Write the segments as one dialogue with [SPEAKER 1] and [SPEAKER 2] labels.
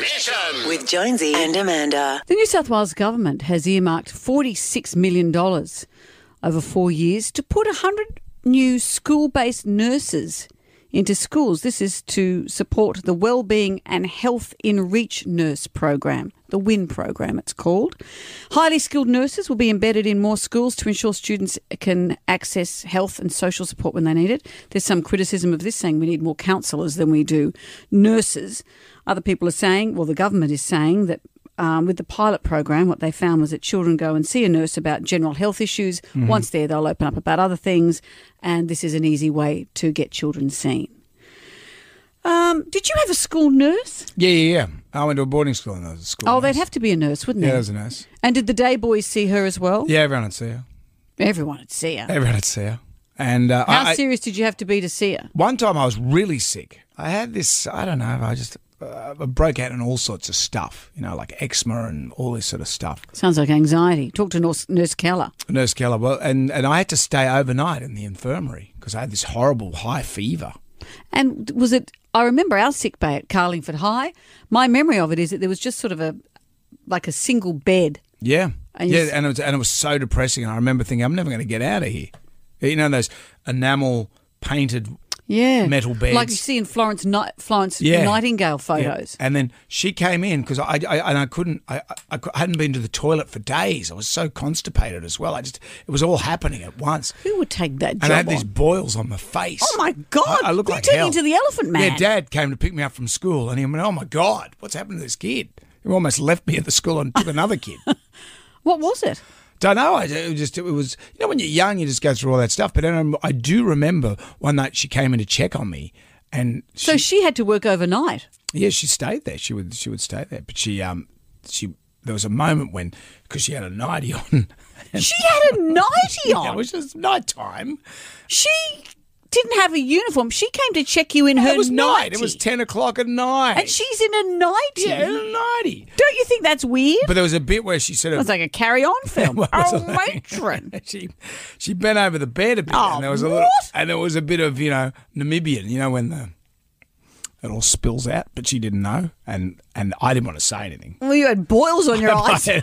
[SPEAKER 1] Mission.
[SPEAKER 2] with Jonesy and Amanda.
[SPEAKER 3] The New South Wales government has earmarked $46 million over four years to put 100 new school based nurses into schools. This is to support the Wellbeing and Health in Reach Nurse Program, the WIN program, it's called. Highly skilled nurses will be embedded in more schools to ensure students can access health and social support when they need it. There's some criticism of this, saying we need more counsellors than we do nurses. Other people are saying, well, the government is saying that um, with the pilot program, what they found was that children go and see a nurse about general health issues.
[SPEAKER 4] Mm-hmm.
[SPEAKER 3] Once there, they'll open up about other things, and this is an easy way to get children seen. Um, did you have a school nurse?
[SPEAKER 4] Yeah, yeah, yeah. I went to a boarding school and there was a school.
[SPEAKER 3] Oh, they'd
[SPEAKER 4] nurse.
[SPEAKER 3] have to be a nurse, wouldn't
[SPEAKER 4] Yeah,
[SPEAKER 3] they?
[SPEAKER 4] there was a nurse.
[SPEAKER 3] And did the day boys see her as well?
[SPEAKER 4] Yeah, everyone would see her.
[SPEAKER 3] Everyone would see her.
[SPEAKER 4] Everyone would see her. And uh,
[SPEAKER 3] How
[SPEAKER 4] I, I-
[SPEAKER 3] serious did you have to be to see her?
[SPEAKER 4] one time I was really sick. I had this, I don't know, I just uh, I broke out in all sorts of stuff, you know, like eczema and all this sort of stuff.
[SPEAKER 3] Sounds like anxiety. Talk to Nurse, nurse Keller.
[SPEAKER 4] Nurse Keller, well, and, and I had to stay overnight in the infirmary because I had this horrible high fever.
[SPEAKER 3] And was it? I remember our sick bay at Carlingford High. My memory of it is that there was just sort of a like a single bed
[SPEAKER 4] Yeah.
[SPEAKER 3] And you
[SPEAKER 4] yeah,
[SPEAKER 3] s-
[SPEAKER 4] and it, was, and it was so depressing. And I remember thinking, I'm never going to get out of here. You know, those enamel painted
[SPEAKER 3] Yeah,
[SPEAKER 4] metal beds.
[SPEAKER 3] like you see in Florence Ni- Florence
[SPEAKER 4] Yeah.
[SPEAKER 3] Nightingale
[SPEAKER 4] Yeah.
[SPEAKER 3] photos.
[SPEAKER 4] And then she came in because I, I and I couldn't I, I I hadn't been to the toilet for days. I was so constipated as well. I just it was all happening at once.
[SPEAKER 3] Who would take that job?
[SPEAKER 4] And I had
[SPEAKER 3] on?
[SPEAKER 4] these boils on my face.
[SPEAKER 3] Oh, my God.
[SPEAKER 4] I, I look
[SPEAKER 3] You
[SPEAKER 4] like
[SPEAKER 3] turned
[SPEAKER 4] hell.
[SPEAKER 3] into the elephant man.
[SPEAKER 4] Yeah, Dad came to pick me up from school, and he went, "Oh my God, what's happened to this kid?" He almost left me at the school and took another kid.
[SPEAKER 3] what was it?
[SPEAKER 4] Don't know. I it was just it was you know when you're young, you just go through all that stuff. But then I, I do remember one night she came in to check on me, and
[SPEAKER 3] So she had to work overnight.
[SPEAKER 4] Yeah, she stayed there. She would she would stay there, but she um she there was a moment when because she had a nightie on. and
[SPEAKER 3] She had a nightie
[SPEAKER 4] It
[SPEAKER 3] on.
[SPEAKER 4] was just nighttime.
[SPEAKER 3] she didn't have a uniform. She came to check you in her
[SPEAKER 4] it was
[SPEAKER 3] nightie.
[SPEAKER 4] night. It was ten o'clock at night.
[SPEAKER 3] and she's in a nightie.
[SPEAKER 4] yeah, in a nightie.
[SPEAKER 3] Don't you think that's weird?
[SPEAKER 4] But there was a bit where she sort of
[SPEAKER 3] That's like a carry-on film.
[SPEAKER 4] What was
[SPEAKER 3] oh,
[SPEAKER 4] it?
[SPEAKER 3] matron.
[SPEAKER 4] she she bent over the bed a bit,
[SPEAKER 3] Oh,
[SPEAKER 4] and there was a little
[SPEAKER 3] what?
[SPEAKER 4] and there was a bit of you know Namibian, you know when the it all spills out, but she didn't know, and and I didn't want to say anything.
[SPEAKER 3] Well, you had boils on your eyes.
[SPEAKER 4] it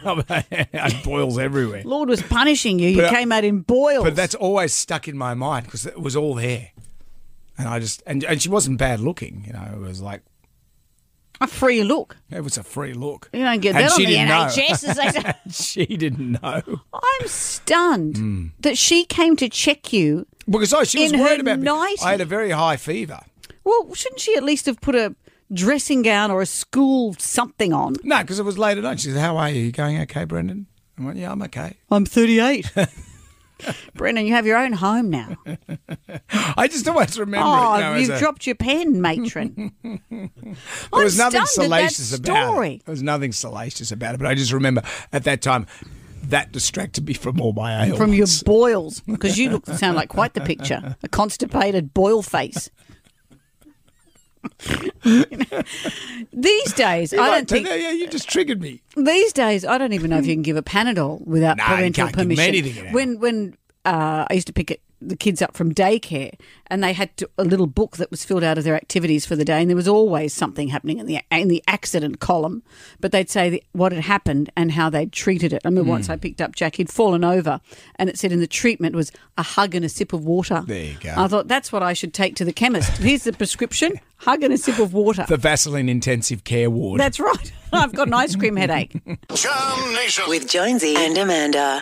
[SPEAKER 4] boils everywhere.
[SPEAKER 3] Lord was punishing you. You
[SPEAKER 4] But, uh,
[SPEAKER 3] came out in boils.
[SPEAKER 4] But that's always stuck in my mind because it was all there, and I just and, and she wasn't bad looking, you know. It was like
[SPEAKER 3] a free look.
[SPEAKER 4] it was a free look.
[SPEAKER 3] You don't get
[SPEAKER 4] And
[SPEAKER 3] that on
[SPEAKER 4] she
[SPEAKER 3] the
[SPEAKER 4] didn't know.
[SPEAKER 3] NHS. As they say.
[SPEAKER 4] she didn't know
[SPEAKER 3] I'm stunned that she came to check you.
[SPEAKER 4] because I, she was
[SPEAKER 3] In her
[SPEAKER 4] worried about me.
[SPEAKER 3] nightie.
[SPEAKER 4] I had a very high fever.
[SPEAKER 3] Well, shouldn't she at least have put a dressing gown or a school something on?
[SPEAKER 4] No, because it was late at night. She said, "How are you? You going okay, Brendan?" I went, "Yeah, I'm okay."
[SPEAKER 3] I'm 38. Brendan, you have your own home now.
[SPEAKER 4] I just always remember.
[SPEAKER 3] oh,
[SPEAKER 4] it, you know, as
[SPEAKER 3] you've
[SPEAKER 4] a-
[SPEAKER 3] dropped your pen, matron.
[SPEAKER 4] There was
[SPEAKER 3] I'm
[SPEAKER 4] nothing
[SPEAKER 3] stunned at that
[SPEAKER 4] salacious about
[SPEAKER 3] story.
[SPEAKER 4] it. There was nothing salacious about it. But I just remember at that time that distracted me from all my ailments.
[SPEAKER 3] From your boils, because you look sound like quite the picture a constipated boil face. These days, I
[SPEAKER 4] Like,
[SPEAKER 3] don't think
[SPEAKER 4] yeah, you just triggered me.
[SPEAKER 3] These days, I don't even know if you can give a Panadol without
[SPEAKER 4] No, you
[SPEAKER 3] parental
[SPEAKER 4] can't give 'em
[SPEAKER 3] permission.
[SPEAKER 4] anything now.
[SPEAKER 3] When when uh, I used to pick it, the kids up from daycare, and they had to, a little book that was filled out of their activities for the day, and there was always something happening in the in the accident column. But they'd say the, what had happened and how they'd treated it. I remember
[SPEAKER 4] Hmm.
[SPEAKER 3] once I picked up Jack; he'd fallen over, and it said in the treatment was a hug and a sip of water.
[SPEAKER 4] There you go.
[SPEAKER 3] I thought that's what I should take to the chemist. Here's the prescription: hug and a sip of water.
[SPEAKER 4] The Vaseline intensive care ward.
[SPEAKER 3] that's right. I've got an ice cream headache.
[SPEAKER 1] Jam Nation.
[SPEAKER 2] With Jonesy and Amanda.